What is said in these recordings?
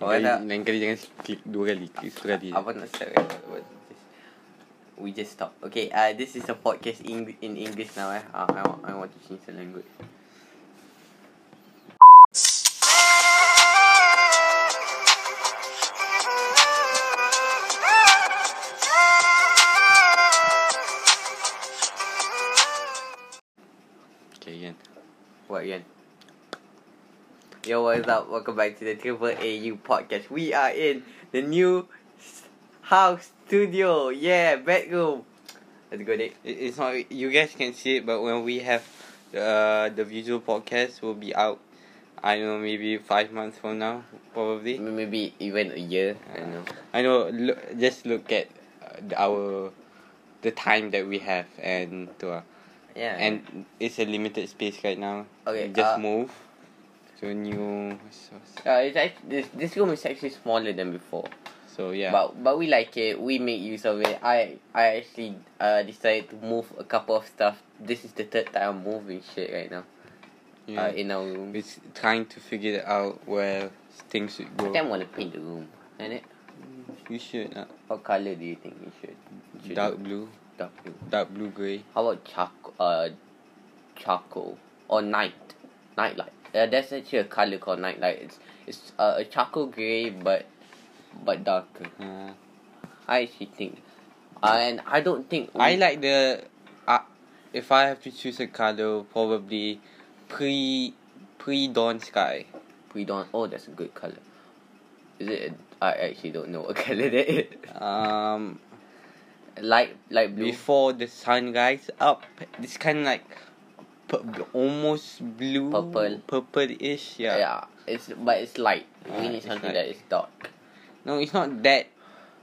Awak Lain kali, nak- lain kali jangan klik dua kali Klik satu kali Abang nak start kan? Abang just- We just stop Okay uh, This is a podcast in, in English now eh uh, I, want, I want to change the language Okay kan What again? Yo what is up Welcome back to the Triple AU podcast We are in The new s- House studio Yeah Bedroom Let's go Dick It- It's not you guys can see it, but when we have uh, the visual podcast will be out. I don't know, maybe five months from now, probably. Maybe even a year I don't know I know. Look, just look at uh, the- our the time that we have, and to, uh, Yeah and it's a limited space right now. We Okay, just uh, move to new. So, uh, it's actually, this, this room is actually smaller than before so yeah. But but we like it. We make use of it. I I actually uh decided to move a couple of stuff. This is the third time I'm moving shit right now. yeah. Uh, in our room. it's trying to figure out where things should I go. think I'm gonna paint the room. And it. We should uh, What color do you think we should? should dark do? blue, Dark blue. dark blue gray. How about charcoal? Uh, charcoal or night, night light. Uh, that's actually a color called night light. It's it's uh, a charcoal gray, but but darker. Uh, I actually think, and I don't think I we- like the. Uh, if I have to choose a color, probably pre pre dawn sky. We don't. Oh, that's a good color. Is it? I actually don't know what color that is. Um, Light, light blue. before the sun rise up, it's kind of like pu- almost blue, Purple. purple-ish. Yeah. yeah. It's but it's light. Ah, we need it's something light. that is dark. No, it's not that.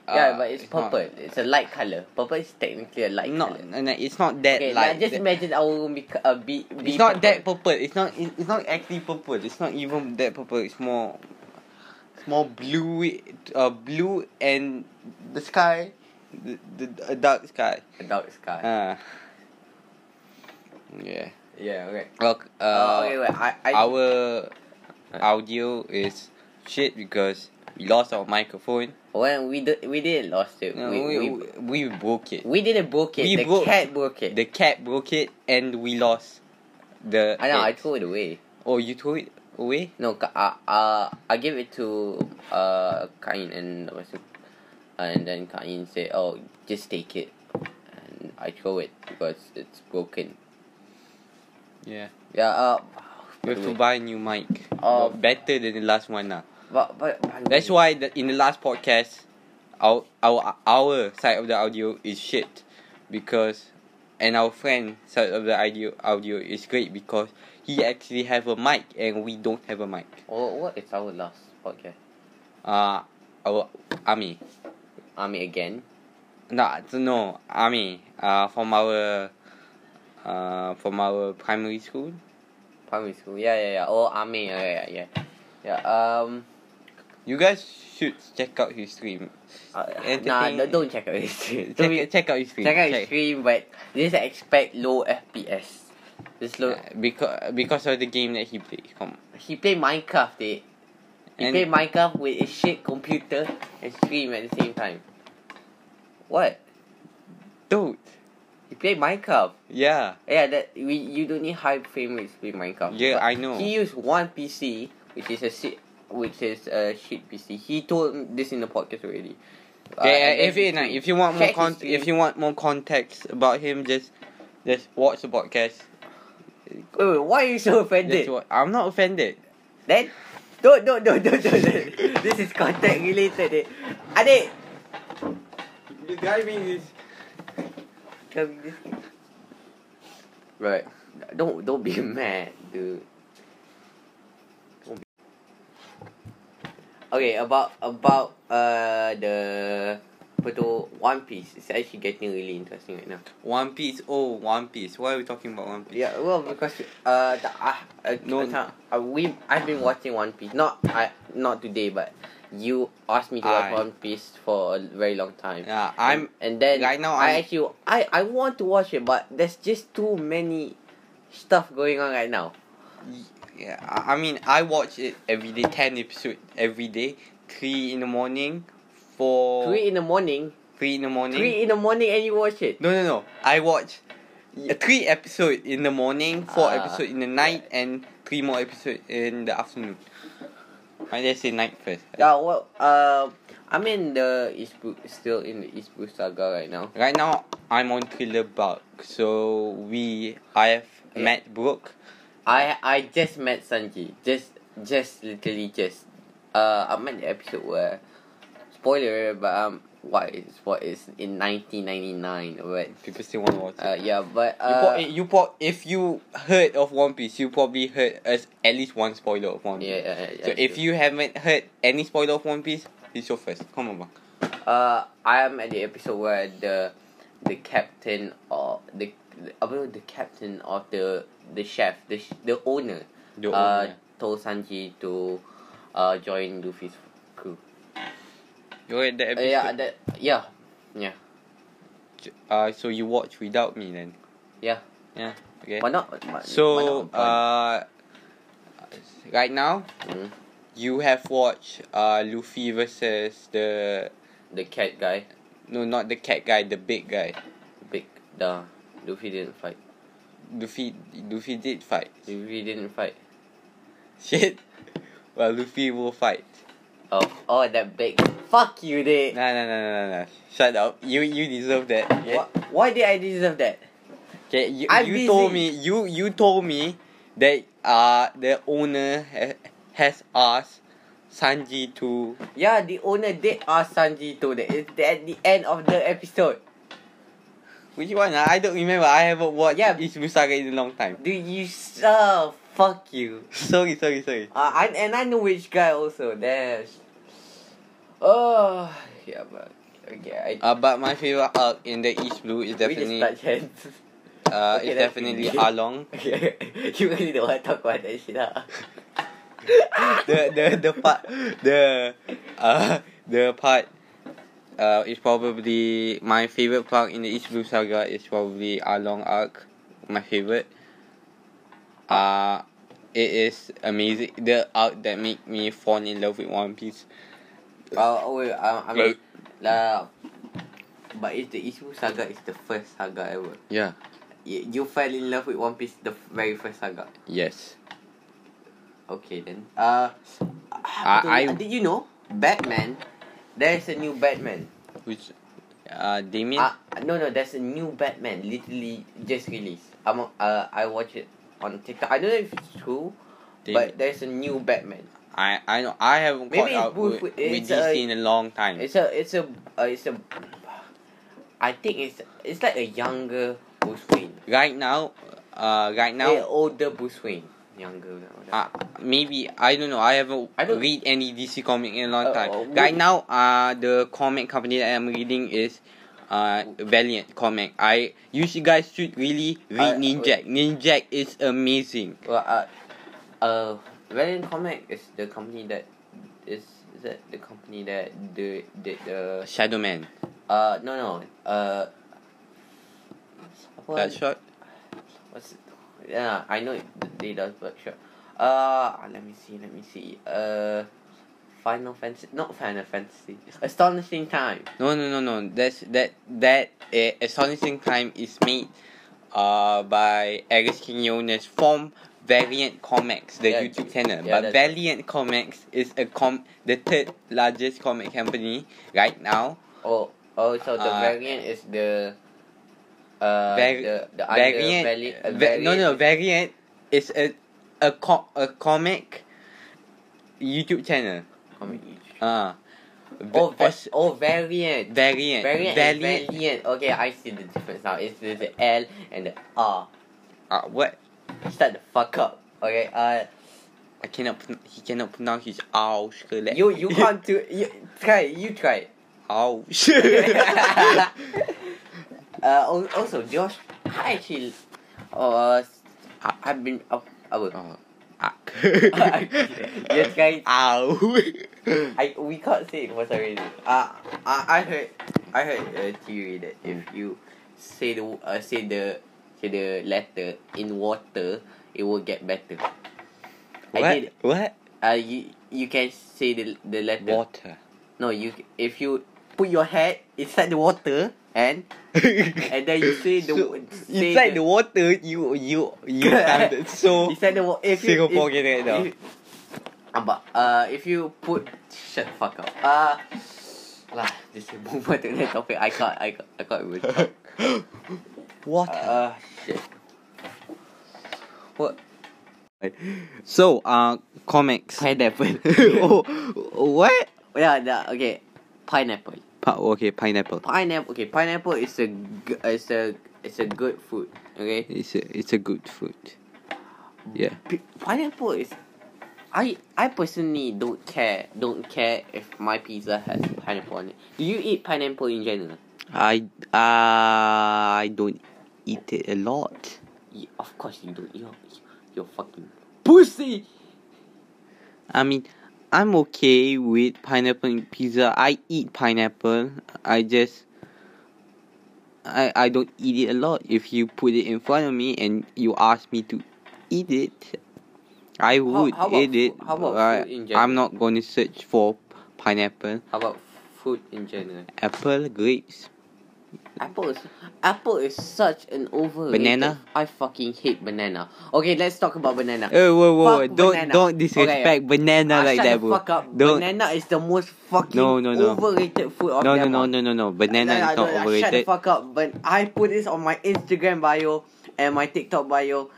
yeah, uh, but it's, not- purple. It's a light color. Purple is technically a light Not, color. no, no, it's not that Okay, light. now just that- imagine our room be, uh, be, be it's not purple. that purple. It's not. it- It's not actually purple. It's not even that purple. It's more. It's more blue. Uh, blue and the sky, the the a dark sky. A dark sky. Uh, yeah. yeah. Okay. Look. Uh, Uh, okay. Wait. I. I our audio is shit because we lost our microphone. when we did we didn't lost it. No, we, we, we, we, broke it. we didn't broke it. we the broke- cat broke it. The cat broke it, and we lost the. I know. I it. threw it away. Oh, you threw it away. No, ka- uh, uh, I gave it to uh Kain and lepas tu- and then Kain said, "Oh, just take it," and I throw it because it's broken. Yeah. Yeah. Uh, We have to buy a new mic. Oh. Well, better than the last one now. but, but, but That's why the, in the last podcast, our, our our side of the audio is shit, because, and our friend side of the audio audio is great because he actually have a mic and we don't have a mic. Oh, what is our last podcast? Uh, our Ami, I mean, again. no, no Ami. Uh, from our, uh, from our primary school. Primary school, yeah, yeah, yeah. Oh, I mean, yeah, yeah, yeah. Yeah, um, You guys should check out his stream. uh, And the nah, thing- no, don't check out his stream. Check, check out his stream. check out his stream, but just expect low FPS. Just low. because because of the game that he plays. Come on. He played Minecraft, eh. He And- played Minecraft with his shit computer and stream at the same time. What? dude. He played Minecraft. Yeah, Yeah, that we you don't need high frame rate to play Minecraft. Yeah, I know. He used one PC, which is a shit, which is a shit PC. He told me this in the podcast already. Uh, yeah. and then If you he- if you want more check his con- stream. if you want more context about him, just just watch the podcast. Wait, wait, why are you so Just offended? wa- I'm not offended. Then, don't, don't, don't, don't, don't, don't. This is contact related. Eh. Adik, The driving is Come this Right. Don't don't be mad, dude. Don't be- Okay, about about uh the apa tu One Piece. It's actually getting really interesting right now. One Piece. Oh, One Piece. Why are we talking about One Piece? Yeah, well because uh the, uh, uh, No. uh, we I've been watching One Piece. Not I not today, but you asked me to watch I- One Piece for a very long time. Yeah, I'm. And then Right now, I I'm- actually I I want to watch it, but there's just too many stuff going on right now. Yeah, I I mean, I watch it every day. Ten episode every day. three in the morning, four Three in the morning. three in the morning. Three in the morning and you watch it. No, no, no. I watch uh, three episode in the morning, four Ah. episode in the night, and three more episode in the afternoon. I just say night first. Yeah, well, uh, I'm in the East Blue, still in the East Blue saga right now. Right now, I'm on Thriller Bark, so we I have Yeah. met Brooke. I I just met Sanji. Just just literally just. Uh, I'm at the episode where, spoiler, but um, what is what is in 1999, but People still want to watch. uh, it. yeah, but you, uh, prob- you prob- if you heard of One Piece, you probably heard us at least one spoiler of One Piece. yeah, yeah, yeah, so if true. you haven't heard any spoiler of One Piece, it's your first. Come on, bang. Uh, I am at the episode where the the captain or the about the captain of the the chef the sh- the owner The uh owner. told Sanji to uh join Luffy's crew. You're at the Uh, episode. yeah, that yeah, yeah, Uh, so you watch without me then? yeah. Yeah. Okay. Why not? Why, why So not? uh, right now Mm, you have watched uh Luffy versus the the cat guy, no not the cat guy the big guy. big the Luffy didn't fight. Luffy Luffy did fight. Luffy didn't fight. Shit. Well, Luffy will fight. Oh, oh, that big. Fuck you, did. Nah nah nah nah nah. nah. Shut up. You you deserve that. Okay. Why, why did I deserve that? Okay, you, I'm you busy. told me you you told me that uh the owner ha- has asked Sanji to Yeah, the owner did ask Sanji to that. It's at the end of the episode. Which one? ah? I don't remember. I haven't watched Yeah. Ichibu Saga in a long time. Do you suck? Fuck you. Sorry, sorry, sorry. Uh, I, and I know which guy also. There's. Oh, yeah, but. Okay, I. Uh, but my favorite arc in the East Blue is We definitely just touch hands. uh Okay, is that's definitely easy. Along. you really don't want to talk about that shit, huh? the the the part the uh the part uh is probably my favorite part in the East Blue Saga is probably Along arc, my favorite. Uh it is amazing. The arc that make me fall in love with One Piece. Uh, oh, wait, I, I mean. Uh, but it's the Ichibu saga is the first saga ever. Yeah. You, you fell in love with One Piece the f- very first saga. Yes. Okay then. Uh, I- I, did you know Batman? There's a new Batman. Which uh Damien? Uh, no no, there's a new Batman. Literally just released. I'm on- uh I watch it on TikTok. I don't know if it's true, Damien. but there's a new Batman. I I know I haven't caught Maybe it's up Wolf- with, with it's, uh, DC in a long time. It's a it's a uh, it's a. I think it's it's like a younger Bruce Wayne. Right now, uh, right Eh, now, older Bruce Wayne. Younger. older. uh, maybe I don't know. I haven't I don't- read any DC comic in a long Uh, time. uh, right now, Wolf- uh, the comic company that I'm reading is. Uh, Valiant comic. I you should- guys should really I- read Ninja. Ninja is amazing. Well, uh, uh, Valiant Comic is the company that is, is that the company that did did the Shadow Man. uh no no uh. That What, shot. what's it? Yeah, I know it, they does but sure. Uh, let me see, let me see. Uh, Final Fantasy, not Final Fantasy. Astonishing Time. No, no, no, no. That's that that uh, astonishing time is made, uh, by Eric Quinones from Valiant Comics, the Yeah, YouTube yeah, channel. yeah, but that's right. Valiant Comics is a com the third largest comic company right now. Oh, oh, so the Uh, variant is the. Uh, Vari- the the other Valiant, eh, Vali- uh, Va- no, no, Valiant variant- is a a co- a comic YouTube channel. Uh, v- Oh, va- as- oh, variant. Valiant, Variant, Valiant. and valiant. Okay, I see the difference now. It's the, the L and the R. Uh, what? Shut the fuck up. Okay, uh, I cannot. pron- He cannot pronounce his ow. you you can't do. You try. You try. Oh uh, al- also, Josh, I actually, uh, I, I've been. Uh, I will. Ah, Yes, guys. Ow. I we can't say it for some reason. Uh, I, I heard I heard a theory that if you say the uh, say the say the letter in water, it will get better. I What? did What? uh, Uh, you you can say the the letter. Water. No, you if you put your head inside the water and and then you say the- say inside the- the water you you you sounded so inside the water. If you Singapore if, get it now. if- Ah, but uh, if you put shut the fuck up. Uh, lah, just move on to the next topic. I can't, I can't, I can't even. talk. water. Uh, shit. What? so uh comics. Pineapple. oh, what? Yeah, the, okay. Pineapple. Pa- okay, pineapple. Pineapple. Okay, pineapple is a g- is a it's a good food. Okay. It's a it's a good food. Yeah. P- pineapple is. I I personally don't care don't care if my pizza has pineapple on it. Do you eat pineapple in general? I uh, I don't eat it a lot. Yeah, of course you don't. You're you're fucking pussy. I mean, I'm okay with pineapple in pizza. I eat pineapple. I just I I don't eat it a lot. If you put it in front of me and you ask me to eat it, I would how about eat it. food- how about but I, food in I'm general? not going to search for pineapple, How about food in general? apple, grapes. Apple is apple is such an over. Banana? I fucking hate banana. Okay, let's talk about banana. Oh, whoa, whoa, Fuck don't banana. don't disrespect banana Ah, like shut that, the bro. fuck up. Don't Banana is the most fucking No, no, no. overrated food of no, no, them no, all. no, no, no. Banana Nah, is not nah, nah, Shut the overrated. fuck up. But I put this on my Instagram bio and my TikTok bio.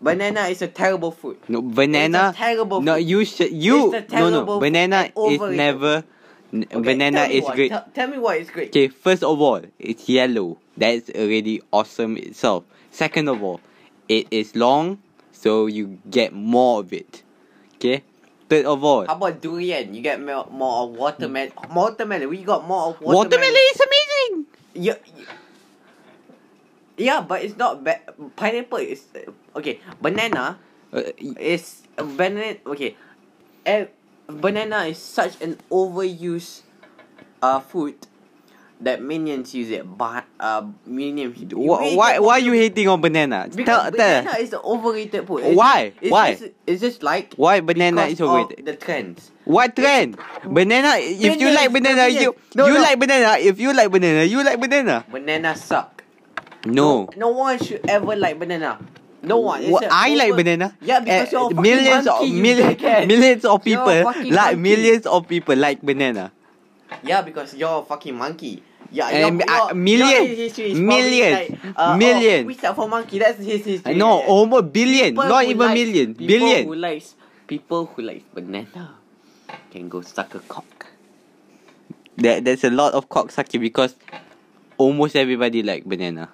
Banana is a terrible food. No, banana. It's a terrible No, food. you should. You no, It's a terrible no. food Banana and is overrated. never. n- Okay, banana tell me is why. great. Tell, tell me why it's great. Okay, first of all, it's yellow. That's already awesome itself. Second of all, it is long, so you get more of it. Okay. Third of all, How about durian? You get more, more of watermelon. Watermelon. We got more of Hmm. watermelon. watermelon. is amazing. Yeah. y- Yeah, but it's not bad. Pineapple is okay. Banana Uh, y- is banana. Okay, Eh, banana is such an overused uh food that minions use it. But uh, minions. wh- why? Why you hating on banana? Tell, Because banana tell. is the overrated food. Why? It's Why? Just, it's just like Why banana because is overrated? Of the trends. What trend? Banana. If you Bananas, like banana, you bananas. No, you no. like banana. If you like banana, you like banana. Banana suck. No. No one should ever like banana. No one. It's Wha- a I like over- banana. Yeah, Eh, because you're a fucking millions of monkey, you millions, dickhead. millions of You're a people fucking like monkey. millions of people like banana. Yeah, because you're a fucking monkey. Yeah, Um, uh, your, your, million. your history is probably Million. Like, uh, Million. Oh, we start for monkey. That's his history. No, Yeah. almost billion, People not who even likes- million, people billion. Who likes people who likes banana can go suck a cock. There, there's a lot of cocksucking because almost everybody like banana.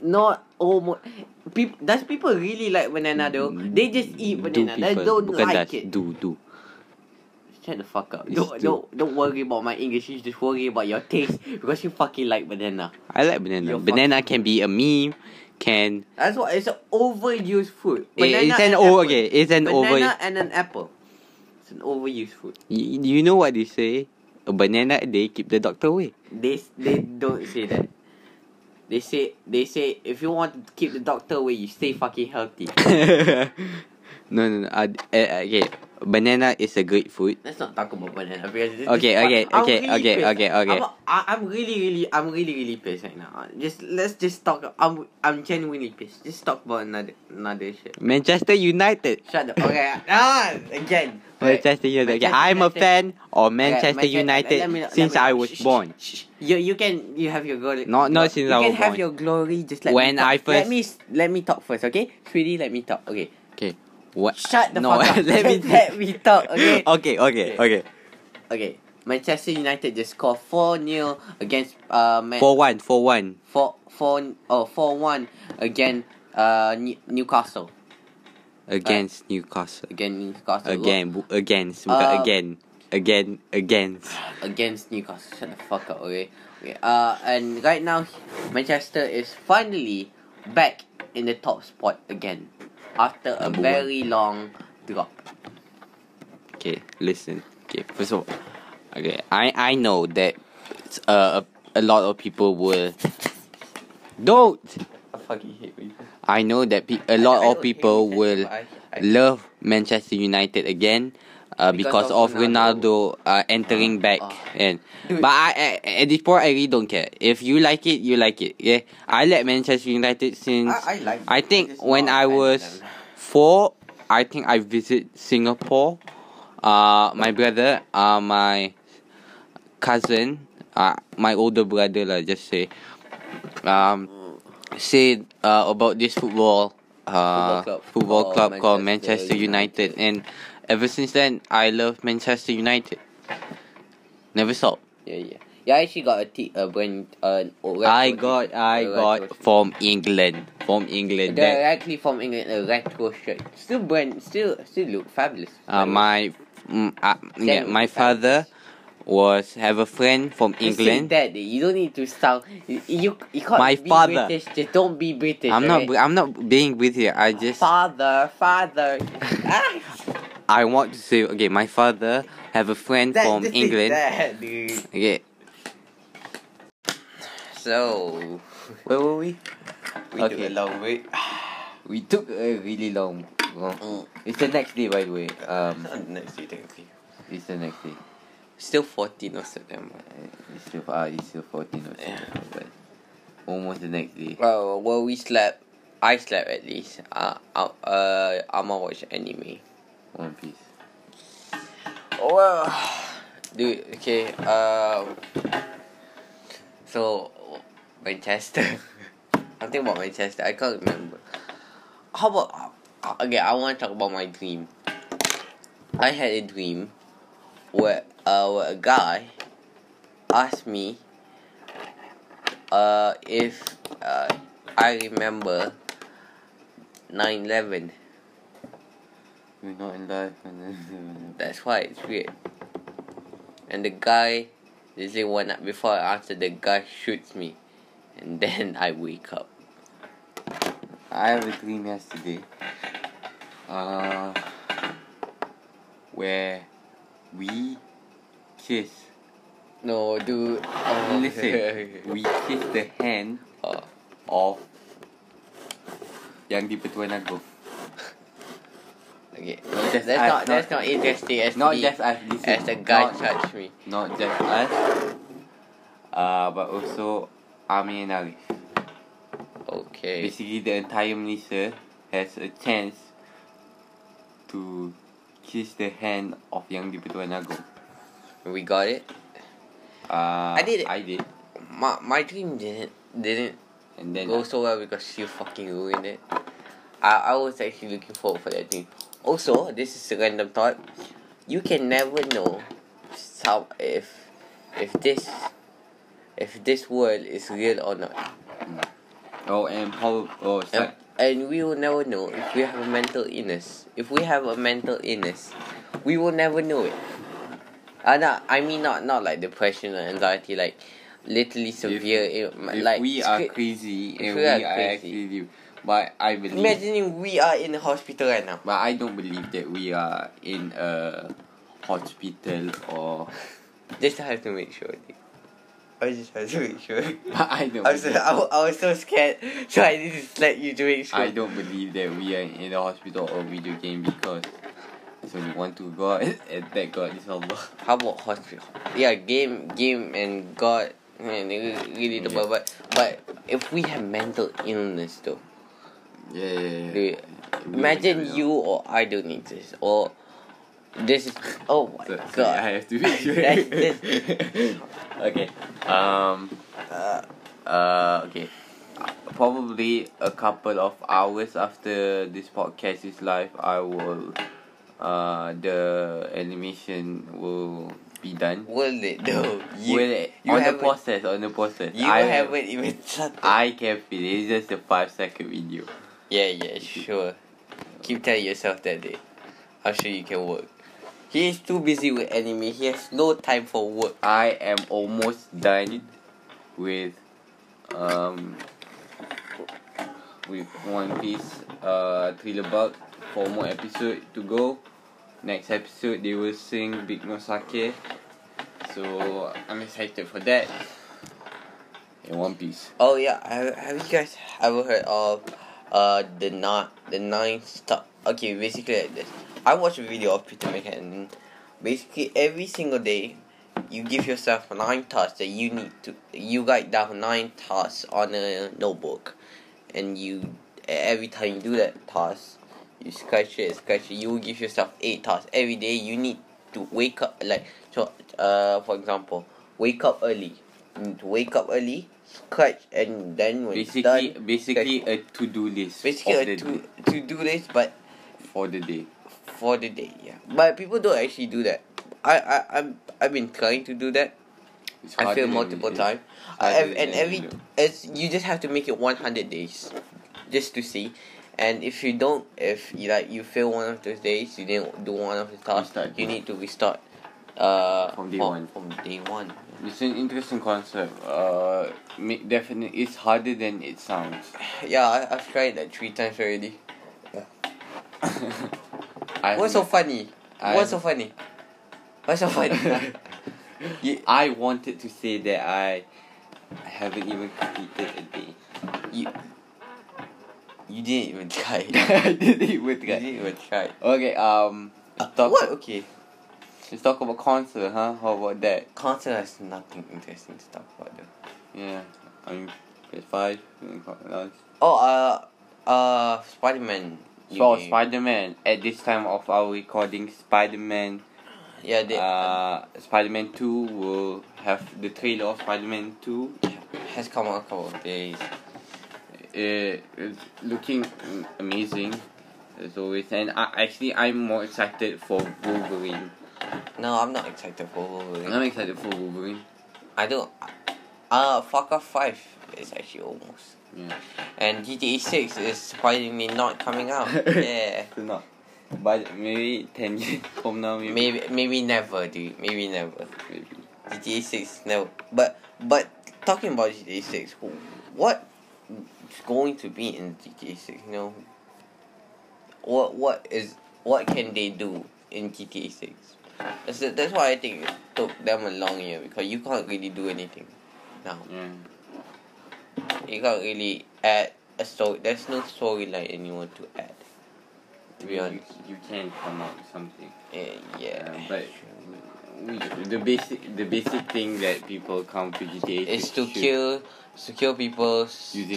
Not almost. Peop, does people really like banana though? They just eat banana. Do they people, don't bukan like does, it. Do do. Shut the fuck up. It's Don't, true. don't, don't worry about my English. You just worry about your taste because you fucking like banana. I like banana. You're banana can be a meme. Can That's why it's an overused food. Eh, it's an and o- apple. okay, it's an over- Banana and an apple. It's an overused food. you, you know what they say? A banana they keep the doctor away. They s- they don't say that. They say they say if you want to keep the doctor away, you stay fucking healthy. no, no, no. Uh, uh, okay, banana is a great food. Let's not talk about banana because this Okay, is- okay, I'm okay, really okay, pissed. okay, okay. I'm, I- I'm really, really, I'm really, really pissed right now. Just let's just talk. I'm I'm genuinely pissed. Just talk about another another shit. Manchester United. Shut up. Okay. ah, again. Manchester United. Okay, Manchester I'm a United. fan of Okay, Manchester United let me- let since me- I shh, was shh, born. shh, shh. You you can you have your glory. Not- not since you I can was have born. your glory. Just let When me talk. I first- let me s- let me talk first, okay? Sweetie, let me talk. Okay. Okay. What? Shut the no, fuck up. let me Let me talk, okay? okay, okay, Okay. okay. Okay. Manchester United just scored four 0 against uh Man Four one, four one. four four oh four one against uh New- Newcastle Against Newcastle. against Newcastle Again, bu- against, bukan Uh, again. Again, against. against Newcastle. Shut the fuck up, okay? okay. Uh, and right now, Manchester is finally back in the top spot again after a Number very long drop. Okay, listen. Okay, first of all, okay, I I know that uh, a, a lot of people will don't. I fucking hate you. I know that pe- a lot I of don't people hate will Manchester, but I- I- love Manchester United again. uh, because, of, Ronaldo, uh, entering back. Ah. And Dude. but I at, at this point I really don't care. If you like it, you like it. Yeah, I like Manchester United since I, I like. I it. think It's when not I bad. was four, I think I visit Singapore. Uh, my brother, uh, my cousin, uh, my older brother lah, just say, Mm. um, say uh, about this football, uh, Football club football called club called Manchester Manchester United, United. and ever since then, I love Manchester United. Never stop. Yeah, yeah. Yeah, I actually got a t- a brand. Uh, old I retro got, shirt. I A got retro shirt. from England, from England. that- Directly from England, a retro shirt. Still brand, still still look fabulous. Uh, my mm, uh, yeah, Then my it's father was have a friend from You see England. that you don't need to sound. You you, you can't My be father. British. Just don't be British. I'm not br- alright? I'm not being with you. I just Father, father. ah, I want to say okay. My father have a friend that- from this is England. That, dude. Okay, So where were we? we Okay. took a long way. We took a really long. long Mm. It's the next day, by the way. Um, Next day, thank you. it's the next day. Still 14 of September. Uh, It's still uh, it's still fourteen or Yeah. something, but almost the next day. Oh well, we slept. I slept at least. Uh, uh, uh I'ma watch anime. One piece. Well, dude. Okay. Um. So, Manchester. I'm thinking about Manchester. I can't remember. How about? uh, Okay, I want to talk about my dream. I had a dream, where uh where a guy asked me. Uh, if uh, I remember. 9-11. We're not in life, and That's why it's weird. And the guy, they say one night before I answer, the guy shoots me, and then I wake up. I have a dream yesterday. Uh, where we kiss. No, dude. Oh. Listen, we kiss the hand uh, oh. of yang di Pertuan Agong. Okay. just That's us, not, that's not- not interesting as Not the, just us. Listen, as the guy not, charged me. not just us. Uh, but also Amir and Arif. Okay. Basically, the entire Malaysia has a chance to kiss the hand of yang di Pertuan Agong. We got it. Uh, I did it. I did. My my dream didn't didn't And then go so well because you fucking ruined it. I, I was actually looking forward for that thing. Also, this is a random thought. You can never know some if if this if this world is real or not. oh, and Paul. Oh, it's like- And, and we will never know if we have a mental illness. If we have a mental illness, we will never know it. Uh, no, I mean not not like depression or anxiety, like literally severe ill- if like we are sca- crazy if and we we, are are crazy. actually you, but I believe. Imagining we are in the hospital right now. But I don't believe that we are in a hospital or. Just have to make sure. dude. I just have to make sure. But I don't. I was, believe, I, wa- I was so scared, so I didn't let you to make sure. I don't believe that we are in a hospital or video game because there's only one to God and that God is Allah. How about hospital? Yeah, game, game, and God. Man, they re- really the Yeah. but but if we have mental illness though, Yeah. yeah, yeah. dude, We imagine don't you know. or I don't need this or this is oh my So, so I god. have to make sure. That's it. okay. Um. Uh, Uh, okay. Probably a couple of hours after this podcast is live, I will. Uh, the animation will be done. will it though? You, will it, you on the haven't, process, on the process. you I haven't even started. I can feel it. It's just a five second video. Yeah, yeah, sure. Keep telling yourself that day. I'm sure you can work. He is too busy with anime. He has no time for work. I am almost done with um with One Piece uh thriller bulk. Four more episode to go. Next episode they will sing Big No Sake. So I'm excited for that. In One Piece. Oh yeah, have, have you guys ever heard of uh the not the nine star? Okay, basically like this. I watched a video of Peter McKinnon basically every single day you give yourself nine tasks that you need to you write down nine tasks on a notebook and you every time you do that task you scratch it scratch it you will give yourself eight tasks every day you need to wake up like so uh for example wake up early you need to wake up early scratch and then when it's Basically, done, basically a to do list. basically of the a to, day- to do this but for the day. for the day. Yeah, but people don't actually do that. I I I'm, I've been trying to do that. It's I harder failed than multiple it is. times. harder And than every you know. it's you just have to make it one hundred days, just to see. And if you don't, if you like you fail one of those days, you didn't do one of the tasks. Restart, You yeah. need to restart. Uh, From day from, one. From day one. It's an interesting concept. Uh, ma- definitely, it's harder than it sounds. Yeah, I, I've tried that three times already. I What's so funny? I What's so funny? What's so funny? Yeah, I wanted to say that I haven't even completed a day. you, you didn't even try. I didn't even You try. didn't even try. Uh, Okay, um, let's talk, What? Okay. let's talk about concert, huh? How about that? Concert has nothing interesting to talk about though. Yeah, I mean, PS5, doing co- launch. Oh, uh, uh, Spider Man. Oh, So, Spider Man, at this time of our recording, Spider Man Yeah, they, uh, Spider-Man 2 will have the trailer of Spider-Man 2. has come out a couple of days. It, uh, it's looking mm, amazing as always, and I, actually I'm more excited for Wolverine. No, I'm not excited for Wolverine. I'm excited for Wolverine. I don't. Uh, Far Cry 5 is actually almost. Yeah, And GTA 6 is surprisingly not coming out. Oh, yeah. so not, but maybe ten years from now, maybe. Maybe, maybe never, dude. Maybe never. maybe. GTA Six no, but but talking about GTA Six, wh- what is going to be in GTA Six? You know, what what is what can they do in GTA Six? That's the- that's why I think it took them a long year because you can't really do anything now. Yeah. You can't really add a story. There's no storyline anyone to add. To be You- honest, you, can come up with something. yeah, Eh, yeah. Yeah, but we, the basic the basic thing that people come to GTA it's to shoot kill, it's to kill people, using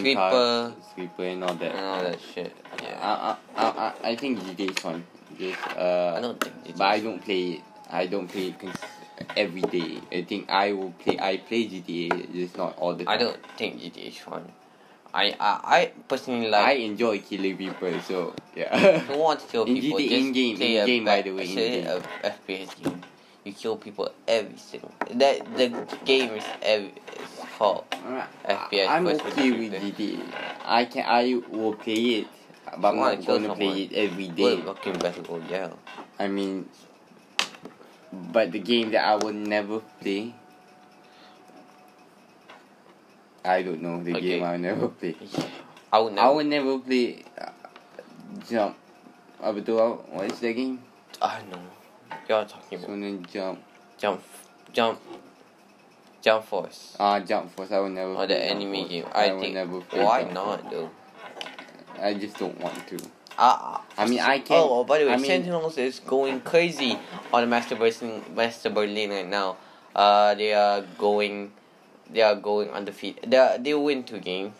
cars, stripper, sweeper and all that. and all that shit. Yeah. I, I, I, I- I think GTA is fun. Just, uh, I don't think it's but I don't play it. I don't play it cons- every day. I think I will play. I play GTA, just not all the time. I don't think GTA is fun. I I, I personally I like. enjoy killing people, so yeah. I don't want to kill In people. GTA just in-game, play a in-game, ba- by the way, play in-game. a FPS game. You kill people every single. That the game is every. It's called. FPS I'm first okay person with shooter. GTA. I can. I will play it, but I'm You wanna not kill gonna someone. play it every Well, day. fucking Battle Royale. I mean, but the game that I will never play. I don't know the game Okay. I'll never play. I I would never. would never play uh, jump. Apa tu? uh, What is that game? I know. You're talking about Sooner jump. jump, jump, jump force. Ah, jump force. I would never. or Oh, the play Jump anime Force. game. I, will think. never play why Jump not though? Force. I just don't want to. Uh, I mean, I can- Oh, by the way, I mean- Sentinels is going crazy on the Master Berlin, Master Berlin right now. Uh, they are going, they are going undefeated. They are, they win two games.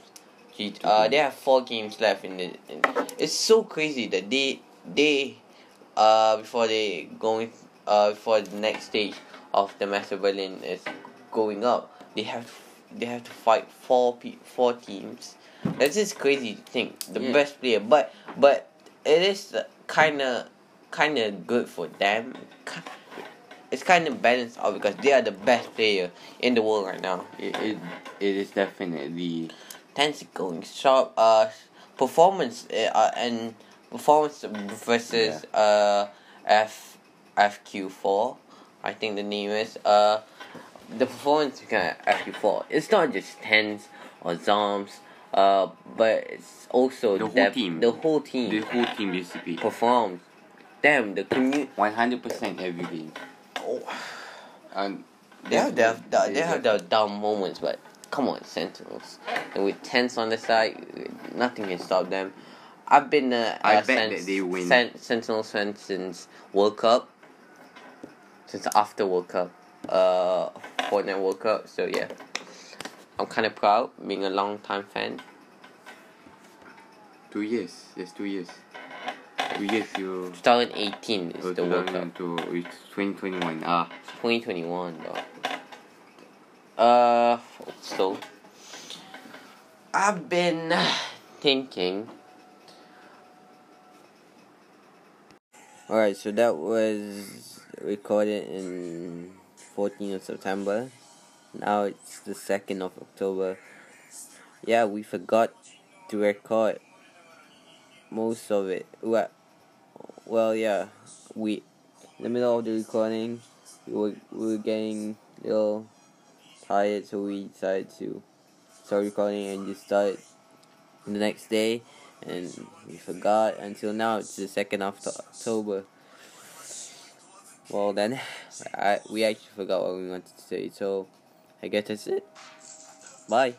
Gee, Uh, they have four games left in the. In, it's so crazy that they they, uh, before they going uh before the next stage of the Master Berlin is going up, they have they have to fight four pe- four teams. That's just crazy to think. The Yeah. best player, but but it is kind of kind of good for them. Ki- It's kind of balanced out because they are the best player in the world right now. It, it, it is definitely. Tense going sharp. Uh, performance uh, uh, and performance versus uh F FQ four. I think the name is uh the performance you can FQ four. It's not just tens or zombs. Uh, but it's also The whole dep- team. The whole team The whole team basically. performed. Damn, the community. 100% every game. Oh, And they have their definitely they have is their dumb moments, but come on, Sentinels. And with tents on the side, nothing can stop them. I've been uh, a, I a bet that they win. Sen- Sentinels fan since World Cup. since after World Cup, uh, Fortnite World Cup. So yeah, I'm kind of proud being a long time fan. Two years. Yes, two years. Two years you. 2018 is Oh, the World Cup. 2002, It's 2021. Ah, 2021 though. Uh, so I've been thinking. Alright, so that was recorded in 14th of September. Now it's the 2nd of October. Yeah, we forgot to record most of it. Well, well yeah, we in the middle of the recording, we were, we were getting a little tired, so we decided to start recording and just start the next day. And we forgot until now, it's the 2nd of Oct- October. Well, then, I, we actually forgot what we wanted to say, so I guess that's it. Bye.